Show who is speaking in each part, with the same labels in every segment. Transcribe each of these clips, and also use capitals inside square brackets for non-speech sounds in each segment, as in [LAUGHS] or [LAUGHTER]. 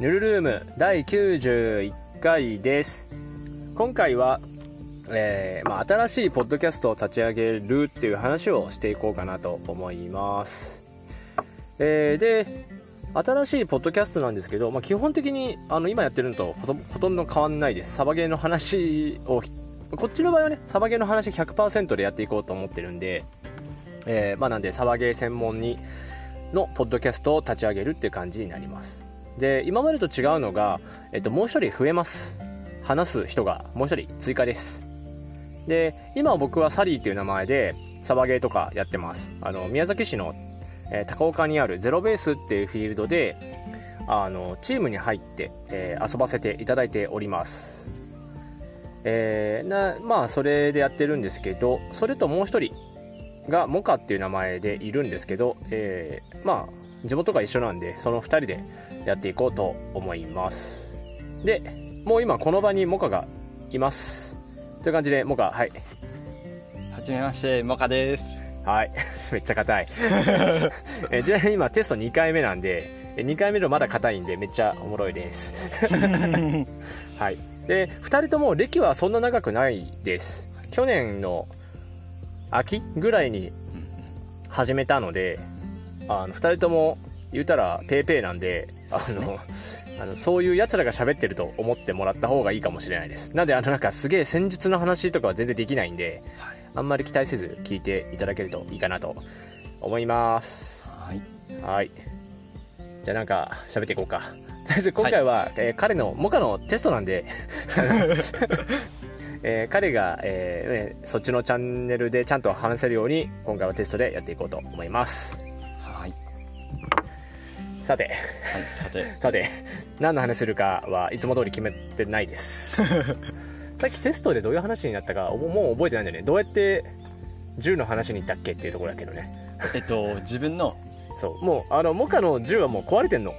Speaker 1: ぬるルーム第91回です今回は、えーまあ、新しいポッドキャストを立ち上げるっていう話をしていこうかなと思います、えーで新しいポッドキャストなんですけど、まあ、基本的にあの今やってるのとほとほとんど変わんないですサバゲーの話をこっちの場合はねサバゲーの話100%でやっていこうと思ってるんで、えーまあ、なんでサバゲー専門にのポッドキャストを立ち上げるっていう感じになりますで今までと違うのが、えっと、もう一人増えます話す人がもう一人追加ですで今僕はサリーっていう名前でサバゲーとかやってますあの宮崎市の、えー高岡にあるゼロベースっていうフィールドであのチームに入って、えー遊ばせていただいておりますえーなまあそれでやってるんですけどそれともう一人がモカっていう名前でいるんですけど、えーまあ地元が一緒なんでその2人でやっていこうと思いますでもう今この場にモカがいますという感じでモカはい
Speaker 2: はじめまして、モカです。
Speaker 1: はい [LAUGHS] めっちゃ硬いえーちなみに今テスト2回目なんで2回目のまだ硬いんでめっちゃおもろいですはい、で2人とも歴はそんな長くないです去年の秋ぐらいに始めたのであの2人とも言うたらペーペーなんであのあのそういうやつらが喋ってると思ってもらった方がいいかもしれないですなんであのなんかすげえ戦術の話とかは全然できないんであんまり期待せず聞いていただけるといいかなと思います
Speaker 2: はい。
Speaker 1: はい。じゃあなんか喋っていこうか。 [LAUGHS] とりあえず今回は、えー彼のモカのテストなんで、 [LAUGHS] えー彼が、えーねそっちのチャンネルでちゃんと話せるように今回はテストでやっていこうと思います。
Speaker 2: はい。はい。
Speaker 1: さて
Speaker 2: さて、
Speaker 1: さて何の話するかはいつも通り決めてないです。さっきテストでどういう話になったかおもう覚えてないんだよね。どうやって銃の話に行ったっけっていうところだけどね。
Speaker 2: えっと、自分の。
Speaker 1: そうもうあのモカの銃はもう壊れてんの。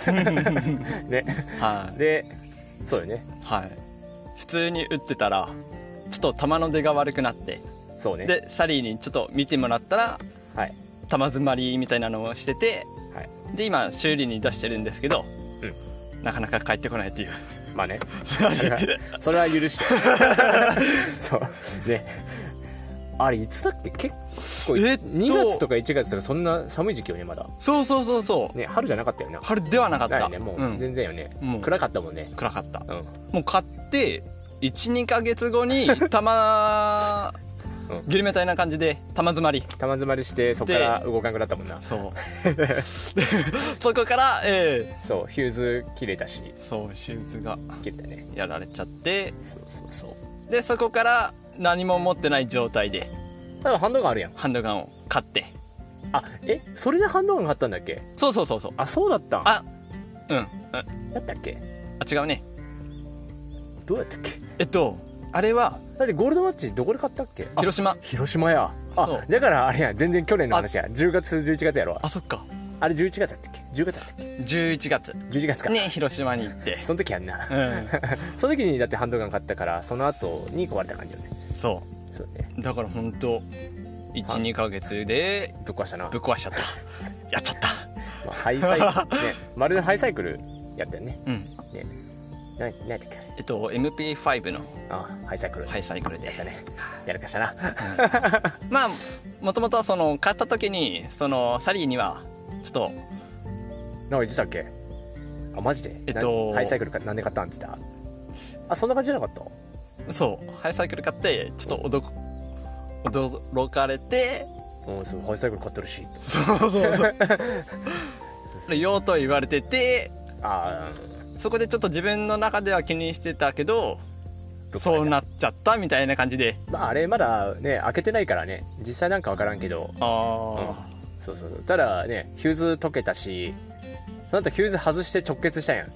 Speaker 1: [LAUGHS] ね。
Speaker 2: は
Speaker 1: でそうよね
Speaker 2: い。はい。普通に打ってたら、ちょっと球の出が悪くなって、
Speaker 1: そうね
Speaker 2: で、サリーにちょっと見てもらったら、
Speaker 1: はい。
Speaker 2: 球詰まりみたいなのをしてて、
Speaker 1: は
Speaker 2: で、今、修理に出してるんですけど、なかなか帰ってこないっていう。
Speaker 1: まあねそれはそれは許してそうねあれいつだっけ結構
Speaker 2: えっと
Speaker 1: 2月とか1月とかそんな寒い時期よねまだ
Speaker 2: [LAUGHS] そうそうそうそう。
Speaker 1: ね春じゃなかったよね
Speaker 2: 春ではなかっ
Speaker 1: だ
Speaker 2: た。
Speaker 1: よねも
Speaker 2: う
Speaker 1: うん全然よね、
Speaker 2: もう
Speaker 1: 暗かったもんね
Speaker 2: 暗かった。
Speaker 1: うん
Speaker 2: もう買って12ヶ月後 [LAUGHS] に玉
Speaker 1: うん
Speaker 2: ギルメたいな感じで玉詰まり
Speaker 1: 玉詰まりしてそこから動かんくなったもんな
Speaker 2: そうでそこから、え
Speaker 1: そうヒューズ切れたし
Speaker 2: ーそうシューズが
Speaker 1: 切れたね
Speaker 2: やられちゃって
Speaker 1: そうそうそう
Speaker 2: でそこから何も持ってない状態で
Speaker 1: でもハンドガンあるやん
Speaker 2: ハンドガンを買って
Speaker 1: あえそれでハンドガン買ったんだっけ
Speaker 2: そうそうそうそう
Speaker 1: あそうだったん
Speaker 2: あうんああ
Speaker 1: やったっけ
Speaker 2: 違うね
Speaker 1: どうやったっけ
Speaker 2: えっとあれは
Speaker 1: だってゴールドマッチどこで買ったっけあ
Speaker 2: 広島
Speaker 1: 広島や
Speaker 2: そ
Speaker 1: あ
Speaker 2: う
Speaker 1: だからあれや全然去年の話や10月11月やろ
Speaker 2: あそっか
Speaker 1: あれ11月だったっけ10月だったっけ
Speaker 2: 11月
Speaker 1: 11月か、
Speaker 2: に広島に行って
Speaker 1: その時やんな
Speaker 2: う [LAUGHS] ん
Speaker 1: その時にだってハンドガン買ったからその後に壊れた感じよね
Speaker 2: そ
Speaker 1: そうね
Speaker 2: うだから本当12ヶ月で
Speaker 1: ぶっ壊したな、
Speaker 2: ぶっ
Speaker 1: ま
Speaker 2: 壊しちゃったやっちゃった
Speaker 1: あハイサイクルねまるでハイサイクルやったよね
Speaker 2: うん
Speaker 1: な何やったっけあれ
Speaker 2: えっと MP5 の
Speaker 1: あハイサイクル、
Speaker 2: ハイサイクルで
Speaker 1: やったねやるかしたな
Speaker 2: まあもともとその買った時にそのサリーにはちょっと
Speaker 1: なんか言ってたっけあマジで
Speaker 2: えっと
Speaker 1: なハイサイクルかなんで買ったんっつったあそんな感じじゃなかった
Speaker 2: そうハイサイクル買ってちょっと驚驚かれて
Speaker 1: うんそうハイサイクル買ってるし
Speaker 2: そうそうそう [LAUGHS] ようと言われてて
Speaker 1: あ
Speaker 2: そこでちょっと自分の中では気にしてたけど
Speaker 1: あ
Speaker 2: そうなっちゃったみたいな感じで
Speaker 1: まああれまだね開けてないからね実際なんか分からんけど
Speaker 2: あ
Speaker 1: そうそうそうただねヒューズ溶けたしその後ヒューズ外して直結したや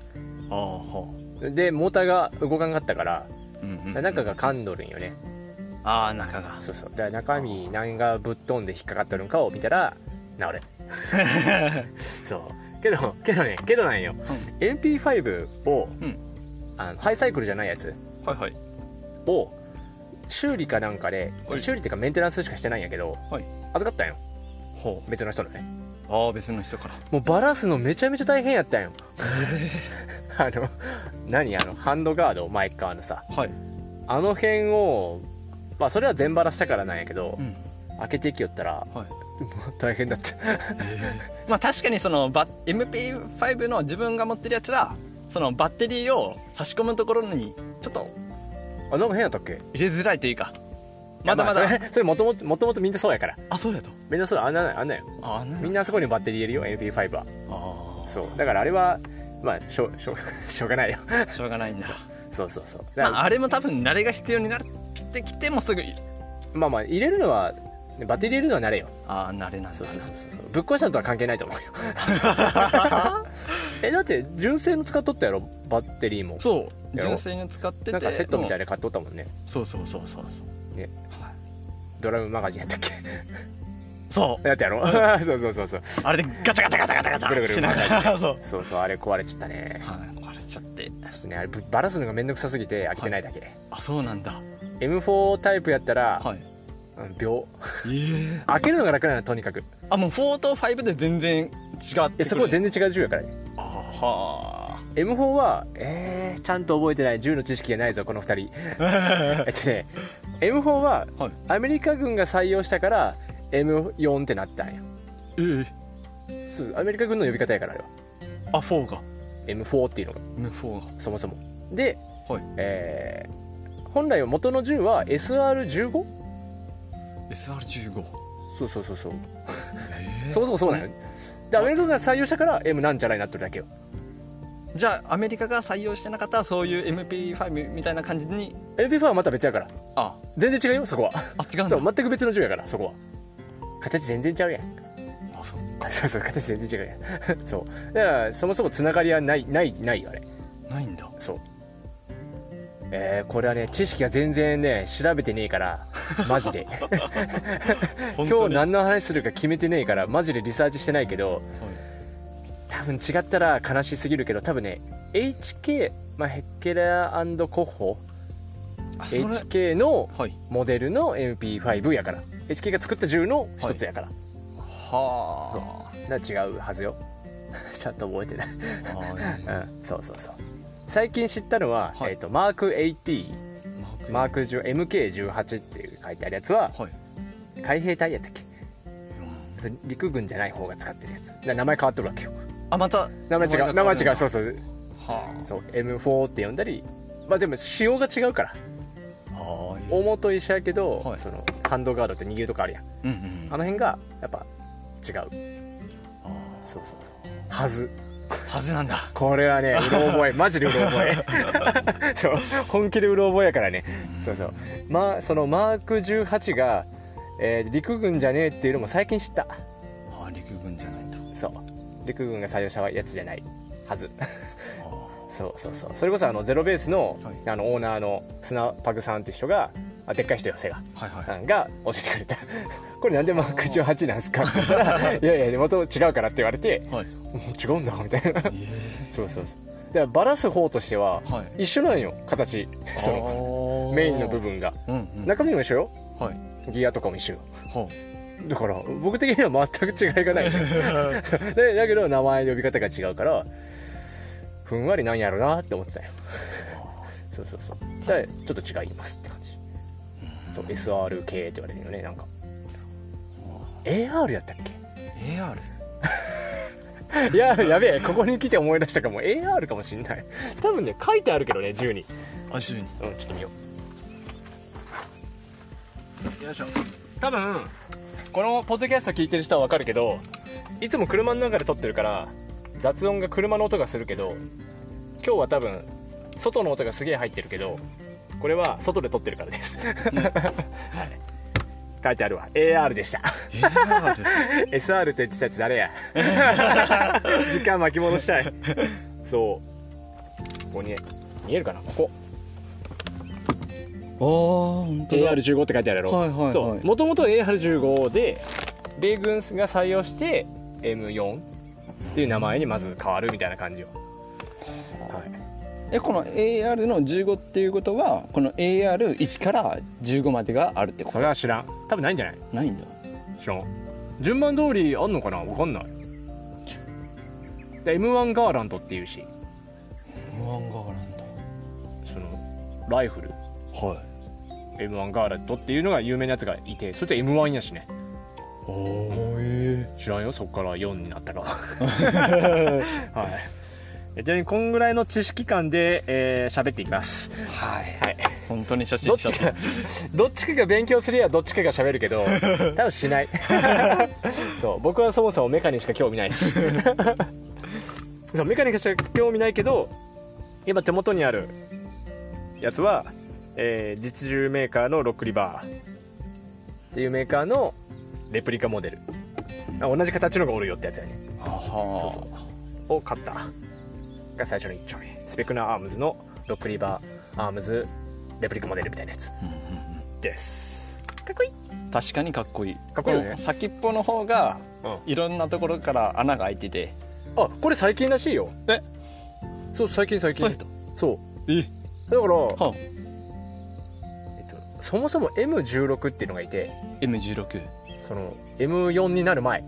Speaker 2: ー、ああほ
Speaker 1: んでモーターが動かんかったから
Speaker 2: ううんうんうん
Speaker 1: 中が噛んどるんよね
Speaker 2: ああ中が
Speaker 1: そうそうだから中身何がぶっ飛んで引っかかっとるんかを見たら治
Speaker 2: [LAUGHS]
Speaker 1: れそうけどけどねけどなんよ、MP5 を、
Speaker 2: うん
Speaker 1: あのハイサイクルじゃないやつ
Speaker 2: はいはい
Speaker 1: を修理かなんかで
Speaker 2: はい
Speaker 1: 修理っていうかメンテナンスしかしてないんやけど、
Speaker 2: はい
Speaker 1: 預かったんよ
Speaker 2: ほう
Speaker 1: 別の人のね
Speaker 2: あああ別の人から
Speaker 1: もうバラすのめちゃめちゃ大変やったんよ [LAUGHS] あの何あのハンドガード前っ側のさ
Speaker 2: はい
Speaker 1: あの辺をまあそれは全バラしたからなんやけど、
Speaker 2: うん
Speaker 1: 開けていきよったら、 [LAUGHS]
Speaker 2: はい
Speaker 1: もう大変だった
Speaker 2: [LAUGHS] まあ確かにそのバ MP5 の自分が持ってるやつはそのバッテリーを差し込むところにちょっと
Speaker 1: あなんか変やったっけ
Speaker 2: 入れづらいというかまだま
Speaker 1: いやあ
Speaker 2: だ
Speaker 1: それそれもともともともとみんなそうやから
Speaker 2: あそうやと
Speaker 1: みんなそうあんなあんなんよ
Speaker 2: ああな
Speaker 1: みん
Speaker 2: な
Speaker 1: なあそこにバッテリー入れるよ MP5 は
Speaker 2: あ
Speaker 1: そうだからあれはまあしょしょ [LAUGHS] しょうがないよ
Speaker 2: あしょうがないんだ
Speaker 1: そうそうそうだ
Speaker 2: ま
Speaker 1: から
Speaker 2: あ、あれも多分慣れが必要になってきてもすぐ
Speaker 1: まあまあ入れるのはねバッテリー入れるのは慣れよ
Speaker 2: ああ慣れなんだ
Speaker 1: そうそうそうそうぶっ壊したのとは関係ないと
Speaker 2: [LAUGHS]
Speaker 1: 思うよえだって純正の使っとったやろバッテリーも
Speaker 2: そう
Speaker 1: やろ
Speaker 2: 純正に使ってて
Speaker 1: なんかセットみたい
Speaker 2: い
Speaker 1: で買っとったもんね
Speaker 2: そうそうそうそうそう
Speaker 1: ね
Speaker 2: はい
Speaker 1: ドラムマガジンやったっけ [LAUGHS]
Speaker 2: そ
Speaker 1: やったやろそうそうそうそう
Speaker 2: うあれでガチャガチャガチャガチャガチ
Speaker 1: ぐるぐ
Speaker 2: ャ
Speaker 1: る
Speaker 2: しながら [LAUGHS] そう
Speaker 1: そうそうあれ壊れちゃったね
Speaker 2: はい壊れちゃって
Speaker 1: ちょっとねあれぶバラすのがめんどくさすぎて開けてないだけ、
Speaker 2: あそうなんだ
Speaker 1: M4 タイプやったら、
Speaker 2: はい
Speaker 1: うん秒
Speaker 2: ええ
Speaker 1: 開けるのが楽なのとにかくい
Speaker 2: あもう4と5で全然違って
Speaker 1: やそこは全然違う銃やからね
Speaker 2: あは
Speaker 1: M4 はえー、ちゃんと覚えてない銃の知識がないぞこの2人 [LAUGHS]
Speaker 2: ー
Speaker 1: えっとね M4 は
Speaker 2: はい
Speaker 1: アメリカ軍が採用したから M4 ってなったんや
Speaker 2: ええ
Speaker 1: そうアメリカ軍の呼び方やからあれは
Speaker 2: あ4が
Speaker 1: M4 っていうのが
Speaker 2: M4 が
Speaker 1: そもそもで、
Speaker 2: はい
Speaker 1: えー本来は元の銃は SR15?
Speaker 2: SR15
Speaker 1: そうそうそうそう
Speaker 2: え
Speaker 1: そもそもそうなのよでアメリカ軍が採用したから M なんじゃないなってるだけよ
Speaker 2: じゃあアメリカが採用してなかったらそういう MP5 みたいな感じに
Speaker 1: MP5 はまた別やから
Speaker 2: あ
Speaker 1: 全然違うよそこは
Speaker 2: あ違うん
Speaker 1: そ
Speaker 2: だ
Speaker 1: う全く別の銃やからそこは形全然ちゃうやん [LAUGHS]
Speaker 2: あそう
Speaker 1: そうそう形全然違うやん [LAUGHS] そうだからそもそもつながりはないないないよあれ
Speaker 2: ないんだ
Speaker 1: そうえー、これはね知識が全然ね調べてねえからマジ
Speaker 2: [LAUGHS]
Speaker 1: で
Speaker 2: 本
Speaker 1: 今日
Speaker 2: 当にはい
Speaker 1: 何の話するか決めてねえからマジでリサーチしてないけど多分違ったら悲しすぎるけど多分ね HK、まあ、ヘッケラーコッホ
Speaker 2: あそれ
Speaker 1: HK の
Speaker 2: はい
Speaker 1: モデルの MP5 やから HK が作った銃の一つやから、
Speaker 2: は
Speaker 1: だから違うはずよ [LAUGHS] ちゃんと覚えてない、
Speaker 2: ああ
Speaker 1: うん、そうそうそう最近知ったのは、
Speaker 2: はい
Speaker 1: えっとマーク80
Speaker 2: ー
Speaker 1: マーク10 MK18 っていう書いてあるやつは
Speaker 2: はい
Speaker 1: 海兵隊やったっけ
Speaker 2: うん
Speaker 1: 陸軍じゃない方が使ってるやつな名前変わっとるわけよ
Speaker 2: あまた
Speaker 1: 名前違う名
Speaker 2: 名前が変
Speaker 1: 前
Speaker 2: わるん
Speaker 1: 違
Speaker 2: だ
Speaker 1: うそうそう
Speaker 2: は
Speaker 1: そう M4 って呼んだりまあでも仕様が違うから
Speaker 2: あはあいい
Speaker 1: 大元一緒やけど、
Speaker 2: はい
Speaker 1: そのハンドガードって握るとかあるやん
Speaker 2: うんうん
Speaker 1: あの辺がやっぱ違う
Speaker 2: あー
Speaker 1: そうそうそうはず
Speaker 2: はずなんだ
Speaker 1: これは [LAUGHS] ねうろ覚えマジでうろ覚 [LAUGHS] えそう本気でうろ覚えやからねそうそうまあそのマーク18が、えー陸軍じゃねえっていうのも最近知った
Speaker 2: あー陸軍じゃないんだ
Speaker 1: そう陸軍が採用したやつじゃないはず [LAUGHS]
Speaker 2: あ
Speaker 1: そうそうそうそれこそあのゼロベースの,、
Speaker 2: はい
Speaker 1: あのオーナーのスナパグさんって人があでっかい人よ背が
Speaker 2: ーはいはい
Speaker 1: うんが教えてくれた [LAUGHS] これなんでマーク18なんすかって言った [LAUGHS] ら「いやいや元々違うから」って言われて
Speaker 2: は
Speaker 1: 「もう
Speaker 2: い
Speaker 1: 違うんだ」みたいな
Speaker 2: え
Speaker 1: そうそうそうだからバラす方としては
Speaker 2: えはい
Speaker 1: 一緒なんよ形その
Speaker 2: の
Speaker 1: メインの部分が
Speaker 2: うんうん
Speaker 1: 中身も一緒よ
Speaker 2: はい
Speaker 1: ギアとかも一緒よ
Speaker 2: ほ
Speaker 1: だから僕的には全く違いがない [LAUGHS]
Speaker 2: う
Speaker 1: でだけど名前呼び方が違うからふんわりなんやろなって思ってたよそうそうそうだからちょっと違いますって感じそう SRK って言われるよねなんか AR やったっけ
Speaker 2: AR
Speaker 1: いややべえここに来て思い出したかも AR かもしんない多分ね書いてあるけどね銃に
Speaker 2: あ十に
Speaker 1: うんちょっと見よ
Speaker 2: よいしょ
Speaker 1: う多分このポッドキャスト聞いてる人はわかるけどいつも車の中で撮ってるから雑音が車の音がするけど今日は多分外の音がすげえ入ってるけどこれは外で撮ってるからです、はい、書いてあるわ AR でした
Speaker 2: AR
Speaker 1: SR って言ってたやつ誰や [LAUGHS] 時間巻き戻したいそうここに見えるかなここ
Speaker 2: ああ本当だ
Speaker 1: AR15 って書いてあるやろ、
Speaker 2: はいはいはい
Speaker 1: そうもともと AR15 で米軍が採用して M4 っていう名前にまず変わるみたいな感じよ、はい、
Speaker 2: えこの AR の15っていうことはこの AR1 から15までがあるってこ
Speaker 1: それは知らん多分ないんじゃない
Speaker 2: とないんだ
Speaker 1: 知らん順番通りあんのかな分かんない m 1ガーランドっていうし
Speaker 2: ワンガーラン
Speaker 1: そのライフル
Speaker 2: ドはい
Speaker 1: m 1ガーランドっていうのが有名なやつがいてそれと m 1やしね
Speaker 2: おおえ
Speaker 1: 知らんよそこから4になったかははいちなみにこんぐらいの知識感で喋、えー、喋っていきます
Speaker 2: えはい
Speaker 1: はい
Speaker 2: 本当に初
Speaker 1: ど
Speaker 2: 心
Speaker 1: っ
Speaker 2: 者
Speaker 1: ちか [LAUGHS] どっちかが勉強すりゃどっちかが喋るけど多分しないそう僕はそもそもメカにしか興味ないしそうメカにしか興味ないけど今手元にあるやつは、えー実銃メーカーのロックリバーっていうメーカーのレプリカモデルあ同じ形のがおるよってやつやね
Speaker 2: あは
Speaker 1: そうそうを買ったが最初の1丁目スペクナーアームズのロックリバーアームズレプリカモデルみたいなやつ
Speaker 2: うんうんう
Speaker 1: ですかっこいい
Speaker 2: ん確かにかっこいい
Speaker 1: かっこいいよね
Speaker 2: の先っぽの方が
Speaker 1: うん
Speaker 2: いろんなところから穴が開いてて
Speaker 1: あこれ最近らしいよ
Speaker 2: え
Speaker 1: そう最近最
Speaker 2: そう
Speaker 1: 近
Speaker 2: いう人
Speaker 1: そう
Speaker 2: え
Speaker 1: だから、
Speaker 2: は
Speaker 1: えっと、そもそも M16 っていうのがいて
Speaker 2: M16
Speaker 1: その M4 になる前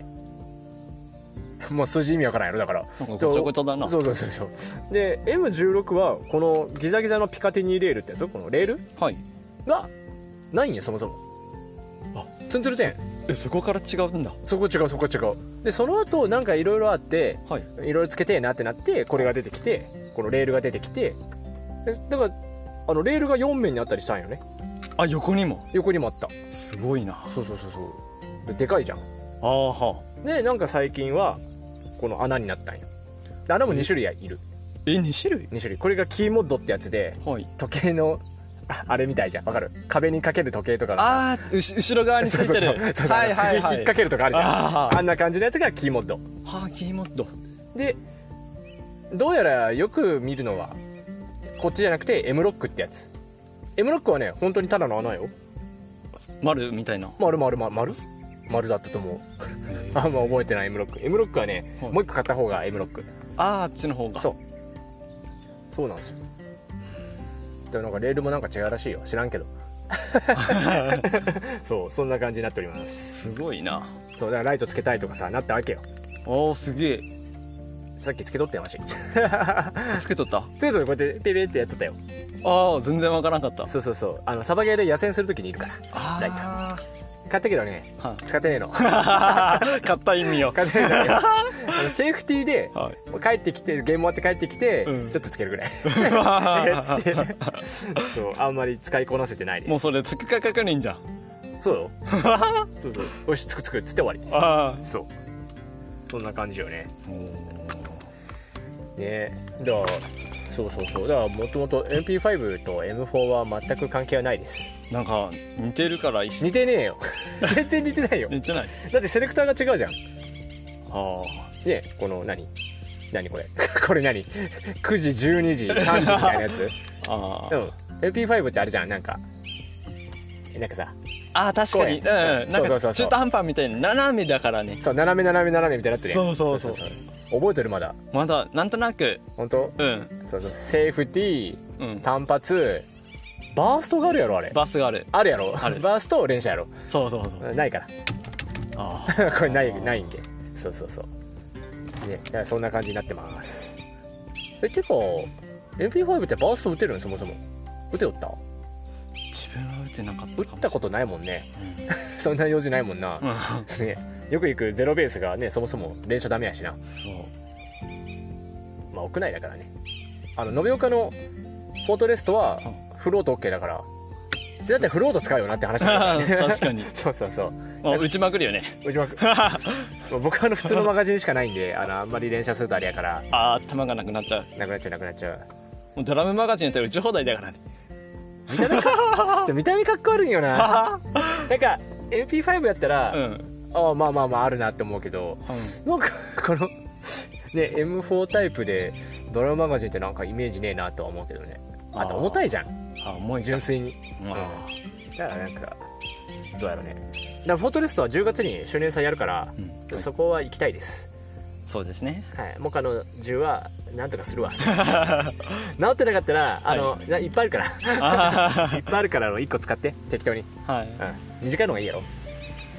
Speaker 1: もう数字意味わからんやろだから
Speaker 2: なんかごちゃごちゃだな
Speaker 1: そうそうそうそうで M16 はこのギザギザのピカティニーレールってやつこのレール
Speaker 2: はい
Speaker 1: がないんやそもそも
Speaker 2: あ
Speaker 1: ツンツルテン
Speaker 2: えそこから違うんだ
Speaker 1: そこ違うそこ違うでその後なんかいろいろあって
Speaker 2: はい
Speaker 1: いろいろつけてえなってなってこれが出てきてこのレールが出てきてでだからあのレールが4面にあったりしたんよね
Speaker 2: あ横にも
Speaker 1: 横にもあった
Speaker 2: すごいな
Speaker 1: そうそうそうそうででかいじゃん
Speaker 2: ああは
Speaker 1: でなんか最近はこの穴になったんよで穴も2種類いる
Speaker 2: え2種類
Speaker 1: 2種類これがキーモッドってやつで
Speaker 2: はい
Speaker 1: 時計のああれみたいじゃんわかる壁にかける時計とか
Speaker 2: ああうし後ろ側につ
Speaker 1: そう
Speaker 2: い
Speaker 1: そう
Speaker 2: て
Speaker 1: そう
Speaker 2: る
Speaker 1: そう
Speaker 2: はいはい
Speaker 1: 首
Speaker 2: は
Speaker 1: 引っ
Speaker 2: い
Speaker 1: 掛けるとかあるじゃん
Speaker 2: あ
Speaker 1: あんな感じのやつがキーモッド
Speaker 2: あはあキーモッド
Speaker 1: でどうやらよく見るのはこっちじゃなくて M ロックってやつ M ロックはね本当にただの穴よ
Speaker 2: 丸みたいな
Speaker 1: 丸丸丸丸丸だったと思う [LAUGHS] あんま覚えてない M ロック M ロックはね、
Speaker 2: はい
Speaker 1: もう一個買った方が M ロック
Speaker 2: あああっちの方が
Speaker 1: そうそうなんですよでもなんかレールもなんか違うらしいよ知らんけどそうそんな感じになっております
Speaker 2: [LAUGHS] すごいな
Speaker 1: そうだからライトつけたいとかさなったわけよ
Speaker 2: おーすげ
Speaker 1: さっきつけとったよわ [LAUGHS] しつ
Speaker 2: えつけとった
Speaker 1: けとってこうやってペペってやっとったよ
Speaker 2: ああ全然わからんかった
Speaker 1: そうそうそうあのサバゲーで野戦するときにいるから
Speaker 2: あ
Speaker 1: ライタ買ったけどね
Speaker 2: [LAUGHS] は
Speaker 1: 使ってねえの
Speaker 2: い買った意味を
Speaker 1: 買ってねえのよあのセーフティーで
Speaker 2: はい
Speaker 1: 帰ってきてゲーム終わって帰ってきて、
Speaker 2: うん
Speaker 1: ちょっとつけるぐらいつってそうあんまり使いこなせてないです
Speaker 2: もうそれつくか確認じゃん
Speaker 1: そうよそうそうよしつくつくっつって終わ
Speaker 2: ああ
Speaker 1: りそうそんな感じよねねだからそうそうそうだからもともと MP5 と M4 は全く関係はないです
Speaker 2: なんか似てるから一緒
Speaker 1: 似てねえよ全然似てないよ
Speaker 2: 似てない
Speaker 1: だってセレクターが違うじゃん
Speaker 2: あ
Speaker 1: ねこの何何これ [LAUGHS] これ何9時12時3時みたいなやつ
Speaker 2: ああ
Speaker 1: うん MP5 ってあれじゃんなんかなんかさ
Speaker 2: ああ確かにう
Speaker 1: こうや
Speaker 2: んな
Speaker 1: そ
Speaker 2: ん
Speaker 1: うそう
Speaker 2: か
Speaker 1: そうそう
Speaker 2: 中途半端みたいな斜めだからね
Speaker 1: そう斜め斜め斜めみたいになってるやん
Speaker 2: そうそうそう
Speaker 1: 覚えてるまだ
Speaker 2: まだなんとなく
Speaker 1: 本当
Speaker 2: うん
Speaker 1: そうそうセーフティー
Speaker 2: うん
Speaker 1: 単発バーストがあるやろあれ
Speaker 2: バスがある
Speaker 1: あるやろ
Speaker 2: ある
Speaker 1: バースト連射やろ
Speaker 2: そうそうそう
Speaker 1: ないか
Speaker 2: あ
Speaker 1: ら [LAUGHS] これな
Speaker 2: あ
Speaker 1: い
Speaker 2: ー
Speaker 1: ないんでそうそうそうねだからそんな感じになってますえてか MP5 ってバースト打てるんそもそも打てよった
Speaker 2: 自分は打ってなかった
Speaker 1: 打っ
Speaker 2: かも
Speaker 1: たことないもんね
Speaker 2: う
Speaker 1: [LAUGHS]
Speaker 2: ん
Speaker 1: そんな用事ないもんな、 [LAUGHS]
Speaker 2: うん
Speaker 1: ねよく行くゼロベースがねそもそも連射ダメやしな
Speaker 2: そう
Speaker 1: まあ屋内だからねあの延岡のフォートレストはフロート OK だからでだってフロート使うよなって話だよね
Speaker 2: [LAUGHS] 確かに
Speaker 1: [LAUGHS] そうそうそう
Speaker 2: もう打ちまくるよね
Speaker 1: 内村君まあ僕はあの普通のマガジンしかないんであのあんまり連射するとあれやから
Speaker 2: ああ弾がなくなっちゃう
Speaker 1: なくなっちゃうなくなっちゃ
Speaker 2: [LAUGHS]
Speaker 1: う
Speaker 2: もうドラムマガジンやったら打ち放題だからね
Speaker 1: 見た目かちょ見た目かっこ悪いんよな
Speaker 2: [LAUGHS]
Speaker 1: なんか MP5 やったら、
Speaker 2: うん、うん、
Speaker 1: ああまあまあまああるなって思うけどなんかこのね M4 タイプでドラムマガジンってなんかイメージねえなとは思うけどねあと重たいじゃん
Speaker 2: あ重いじゃん
Speaker 1: 純粋に
Speaker 2: あ
Speaker 1: だからなんかどうやろうねだからフォートレストは10月に周年祭やるから、
Speaker 2: ー、うんはい
Speaker 1: そこは行きたいです
Speaker 2: そうですね
Speaker 1: はい、モカの銃はなんとか [LAUGHS] するわ治ってなかったらあの、ない、っぱいあるからいっ
Speaker 2: あ
Speaker 1: ぱいあるからあの1個使って適当に、
Speaker 2: あはい
Speaker 1: うん、短いのがいいやろ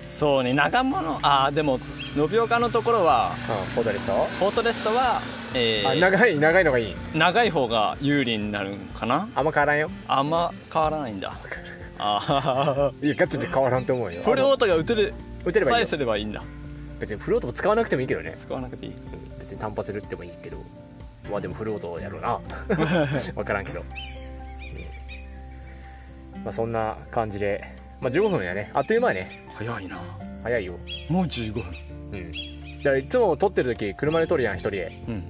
Speaker 2: そうね長物ああでも延岡のところは
Speaker 1: フォートレスト、
Speaker 2: フォートレストは、えー
Speaker 1: あ長い長いのがいい
Speaker 2: 長い方が有利になるんかな
Speaker 1: あんま変わらんよ
Speaker 2: あんま変わらないん [LAUGHS] だあ
Speaker 1: いやガチで変わらんと思うよ
Speaker 2: あフルオートが打てる
Speaker 1: 打てれば
Speaker 2: さ
Speaker 1: いい
Speaker 2: え
Speaker 1: よ
Speaker 2: すればいいんだ
Speaker 1: 別にフルオートも使わなくてもいいけどね
Speaker 2: 使わなくていい
Speaker 1: 別に単発で打ってもいいけどまあでもフルオートやろうな分からんけど、うんまあ、そんな感じで、まあ、15分やねあっという間やね
Speaker 2: 早いな
Speaker 1: 早いよ
Speaker 2: もう15分
Speaker 1: うんじゃあいつも撮ってる時車で撮るやん一人で
Speaker 2: うん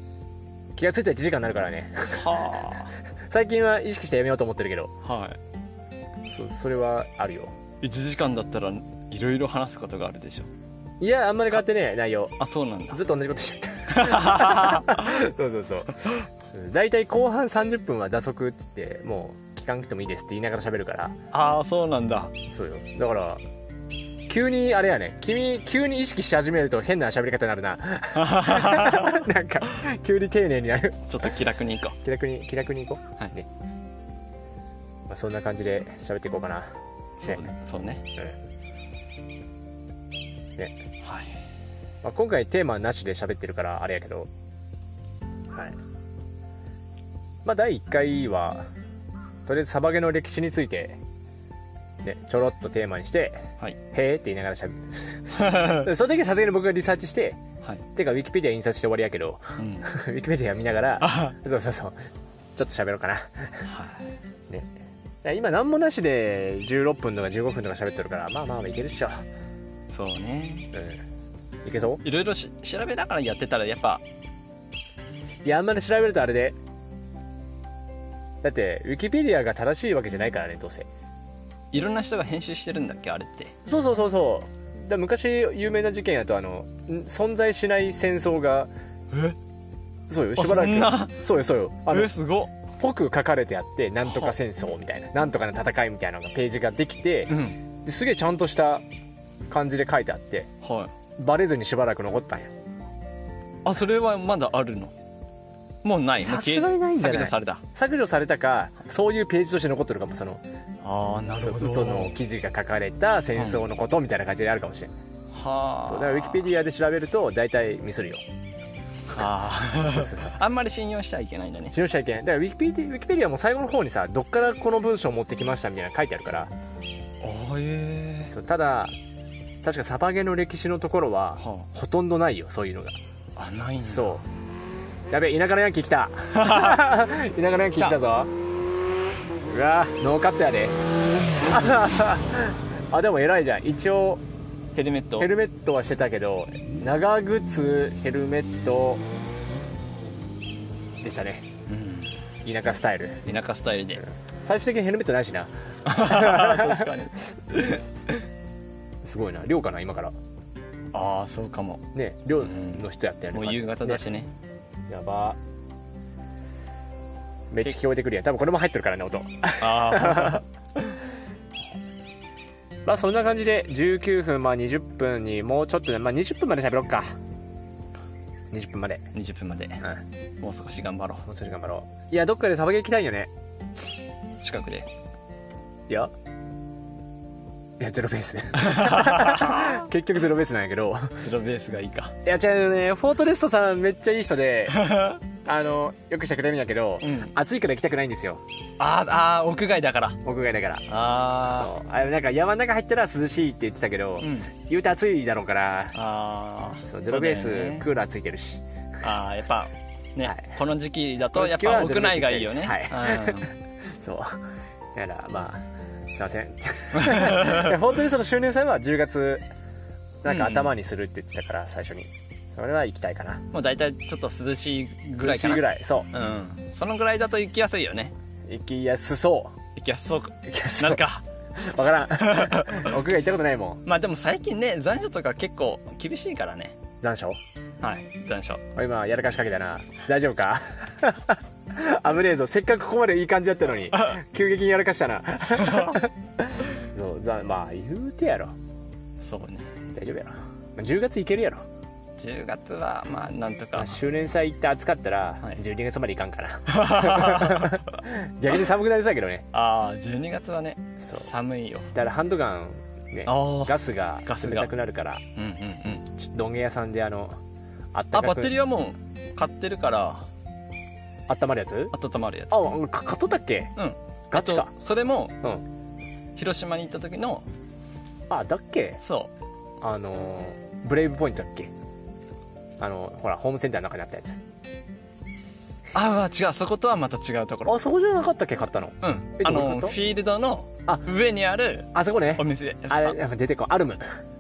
Speaker 1: 気がついたら1時間になるからね
Speaker 2: は
Speaker 1: 最近は意識してやめようと思ってるけど
Speaker 2: あは
Speaker 1: そそれはあるよ
Speaker 2: い1時間だったらいろいろ話すことがあるでしょ
Speaker 1: いやあんまり変わってね内容
Speaker 2: あそうなんだ
Speaker 1: ずっと同じことしちゃった
Speaker 2: [LAUGHS]
Speaker 1: そうそうそううん大体後半30分は打足っつってもう聞かなくてもいいですって言いながら喋るから
Speaker 2: ああそうなんだ
Speaker 1: そうよだから急にあれやね君急に意識し始めると変な喋り方になる
Speaker 2: [LAUGHS]
Speaker 1: ななんか急に丁寧になる
Speaker 2: ちょっと気楽にいこ
Speaker 1: 気楽に気楽にいこう、
Speaker 2: はい
Speaker 1: ねまあ、そんな感じで喋っていこうかな
Speaker 2: う [LAUGHS] そうねそうねはい
Speaker 1: まあ、今回テーマなしで喋ってるからあれやけどはいまあ第1回はとりあえずサバゲの歴史について、ね、ちょろっとテーマにして「
Speaker 2: はい
Speaker 1: へーって言いながらしゃべ
Speaker 2: [LAUGHS]
Speaker 1: その時はさすがに僕がリサーチして
Speaker 2: はい、
Speaker 1: てかウィキペディア印刷して終わりやけど [LAUGHS]
Speaker 2: [LAUGHS] うん、
Speaker 1: ウィキペディア見ながら
Speaker 2: あ
Speaker 1: そうそうそうちょっと喋ろうかな
Speaker 2: はい
Speaker 1: 今何もなしで16分とか15分とか喋ってるからまあまあいけるっしょ、
Speaker 2: そうね
Speaker 1: うん、いけそう
Speaker 2: いろいろし調べながらやってたらやっぱ
Speaker 1: いやあんまり調べるとあれでだってウィキペディアが正しいわけじゃないからねどうせ
Speaker 2: いろんな人が編集してるんだっけあれって
Speaker 1: そうそうそうそうだから昔有名な事件やとあのん存在しない戦争が
Speaker 2: え
Speaker 1: そうよ
Speaker 2: あ
Speaker 1: しばら
Speaker 2: そんな
Speaker 1: くそうよそうよあの
Speaker 2: えすごっ
Speaker 1: ぽく書かれてあってなんとか戦争みたいななんとかの戦いみたいなのがページができて
Speaker 2: うん
Speaker 1: ですげえちゃんとした感じで書いてあって
Speaker 2: はい
Speaker 1: バレずにしばらく残ったんや
Speaker 2: あそれはまだあるのもうないもう
Speaker 1: さす
Speaker 2: 消え
Speaker 1: がにないんじゃない
Speaker 2: 削除された
Speaker 1: 削除されたかそういうページとして残ってるかもその
Speaker 2: ああなるほど
Speaker 1: 嘘の記事が書かれた戦争のことみたいな感じであるかもしれない
Speaker 2: はあ
Speaker 1: そうだからウィキペディアで調べると大体ミスるよ
Speaker 2: あ [LAUGHS]
Speaker 1: そうそうそう
Speaker 2: ああんまり信用しちゃいけないんだね
Speaker 1: 信用しちゃいけないだからウィキペディウィキペディアも最後の方にさどっからこの文章を持ってきましたみたいなの書いてあるから
Speaker 2: ああえ
Speaker 1: そうただ確かサバゲの歴史のところは
Speaker 2: は
Speaker 1: ほとんどないよそういうのが
Speaker 2: ああないんだ
Speaker 1: そうやべえ田舎のヤンキー来た田舎のヤンキー来たぞうわノーカットやであでも偉いじゃん一応
Speaker 2: ヘルメット
Speaker 1: ヘルメットはしてたけど長靴ヘルメットでしたね
Speaker 2: うん
Speaker 1: 田舎スタイル
Speaker 2: 田舎スタイ [LAUGHS] ルで
Speaker 1: 最終的にヘルメットないしな
Speaker 2: 確かに
Speaker 1: すごいな寮かな今から
Speaker 2: ああそうかも
Speaker 1: ね寮の人やったよね、
Speaker 2: もう夕方だしね
Speaker 1: ねやばめっちゃ聞こえてくるやん多分これも入ってるからね音
Speaker 2: あ
Speaker 1: まあそんな感じで19分まあ20分にもうちょっとねまあ20分まで喋ろっか20分まで
Speaker 2: あ20分まで
Speaker 1: う
Speaker 2: もう少し頑張ろ
Speaker 1: もうちょっと頑張ろういやどっかでサバゲー行きたいよね
Speaker 2: う近くで
Speaker 1: いやいやゼロベー [LAUGHS] ス結局ゼロベースなんやけど
Speaker 2: ゼロベースがいいか
Speaker 1: いや違うよねフォートレストさんめっちゃいい人 [LAUGHS] であのよくしてくれるんやけど、
Speaker 2: うん
Speaker 1: 暑いから行きたくないんですよ
Speaker 2: あーあー屋外だから
Speaker 1: 屋外だから
Speaker 2: あ
Speaker 1: そうあれなんか山の中入ったら涼しいって言ってたけど、
Speaker 2: あうん
Speaker 1: 言うて暑いだろうから
Speaker 2: ああ
Speaker 1: そうゼロベース、
Speaker 2: そうだよね
Speaker 1: クーラーついてるし
Speaker 2: ああやっぱね、
Speaker 1: はい
Speaker 2: この時期だ
Speaker 1: ことの
Speaker 2: や
Speaker 1: 時
Speaker 2: っ
Speaker 1: 期
Speaker 2: ぱ
Speaker 1: は
Speaker 2: 屋内がいいよね、
Speaker 1: はいそうだからまあすいませ [LAUGHS] んいや本当にその周年祭は10月なんか
Speaker 2: うん
Speaker 1: 頭にするって言ってたから最初にそれは行きたいかな
Speaker 2: [LAUGHS] うんもう大体ちょっと涼しいぐらい
Speaker 1: 涼し
Speaker 2: かな
Speaker 1: ぐらいそう
Speaker 2: うん、そのぐらいだと行きやすいよね
Speaker 1: 行きやすそ
Speaker 2: 行きやすそう
Speaker 1: う行きやすそ
Speaker 2: な
Speaker 1: う
Speaker 2: るか
Speaker 1: 分からん [LAUGHS] 僕が行ったことないもん
Speaker 2: まあでも最近ね残暑とか結構厳しいからね
Speaker 1: 残暑
Speaker 2: はい残暑
Speaker 1: 今やらかしかけたな大丈夫か [LAUGHS] 危ねえぞせっかくここまでいい感じだったの
Speaker 2: [LAUGHS]
Speaker 1: に急激にやらかしたな [LAUGHS] そうざまあ言うてやろ
Speaker 2: そうね
Speaker 1: 大丈夫やろまあ10月行けるやろ
Speaker 2: 10月はまあなんと
Speaker 1: ま
Speaker 2: か
Speaker 1: あ周年祭行って暑かったら
Speaker 2: はい
Speaker 1: 12月までいかんかな
Speaker 2: [LAUGHS]
Speaker 1: 逆に寒くなりそうやけどね
Speaker 2: ああ12月はね
Speaker 1: そう
Speaker 2: 寒いよ
Speaker 1: だからハンドガンね
Speaker 2: あー
Speaker 1: ガスが
Speaker 2: ガス
Speaker 1: 冷
Speaker 2: が
Speaker 1: たくなるから
Speaker 2: うんうんうん
Speaker 1: ちょっと道具屋さんであのあった
Speaker 2: あ
Speaker 1: か
Speaker 2: バ
Speaker 1: く
Speaker 2: ッテリーはもう買ってるから
Speaker 1: 温まるやつ
Speaker 2: 温まるやつ
Speaker 1: あ俺か買っとったっけ
Speaker 2: うん
Speaker 1: ガチか
Speaker 2: あとそれも、
Speaker 1: う
Speaker 2: 広島に行った時の
Speaker 1: あだっけ
Speaker 2: そ
Speaker 1: あのーブレイブポイントだっけあのほらホームセンターの中にあったやつ
Speaker 2: うあまあ違うそことはまた違うところ
Speaker 1: あそこじゃなかったっけ買ったの
Speaker 2: うん
Speaker 1: え
Speaker 2: あ
Speaker 1: どういうこ
Speaker 2: の
Speaker 1: と
Speaker 2: フィールドの
Speaker 1: あ
Speaker 2: 上にある
Speaker 1: あそこね
Speaker 2: お店やった
Speaker 1: あれなんか出てこんアルム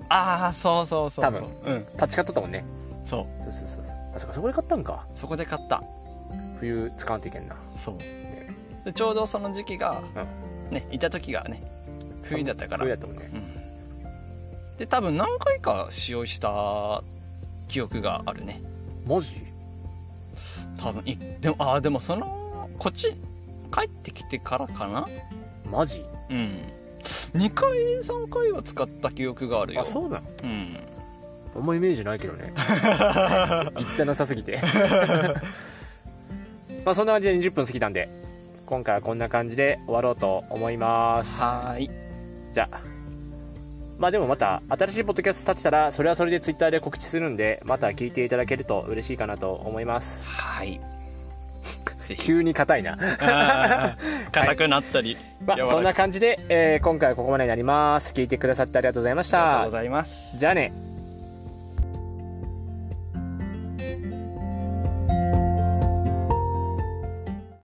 Speaker 2: ああそうそうそうそ
Speaker 1: 多
Speaker 2: う
Speaker 1: 分
Speaker 2: うん
Speaker 1: 立ち買っとったもんね
Speaker 2: そう
Speaker 1: そうそうそうそうあそこそこで買ったんか
Speaker 2: そこで買った
Speaker 1: 冬使わんといけんな
Speaker 2: そうでちょうどその時期が、ねいた時がね冬だったから
Speaker 1: 冬だったもんね
Speaker 2: うんで多分何回か使用した記憶があるね
Speaker 1: マジ
Speaker 2: 多分いでもああでもそのこっち帰ってきてからかな
Speaker 1: マジ
Speaker 2: うん2回3回は使った記憶があるよ
Speaker 1: あそうなの
Speaker 2: うん
Speaker 1: あんまイメージないけど
Speaker 2: [LAUGHS]
Speaker 1: ね行ってなさすぎて [LAUGHS] まあそんな感じで20分過ぎたんで今回はこんな感じで終わろうと思います
Speaker 2: はーい
Speaker 1: じゃあまあでもまた新しいポッドキャスト立てたらそれはそれで Twitter で告知するんでまた聞いていただけると嬉しいかなと思います [LAUGHS]
Speaker 2: はいぜひ
Speaker 1: 急に硬い [LAUGHS] な
Speaker 2: あー硬くなったり、
Speaker 1: [LAUGHS] まあ
Speaker 2: やばい
Speaker 1: そんな感じで、えー今回はここまでになります聞いてくださってありがとうございまし
Speaker 2: ありがとう
Speaker 1: た
Speaker 2: ございます
Speaker 1: じゃあね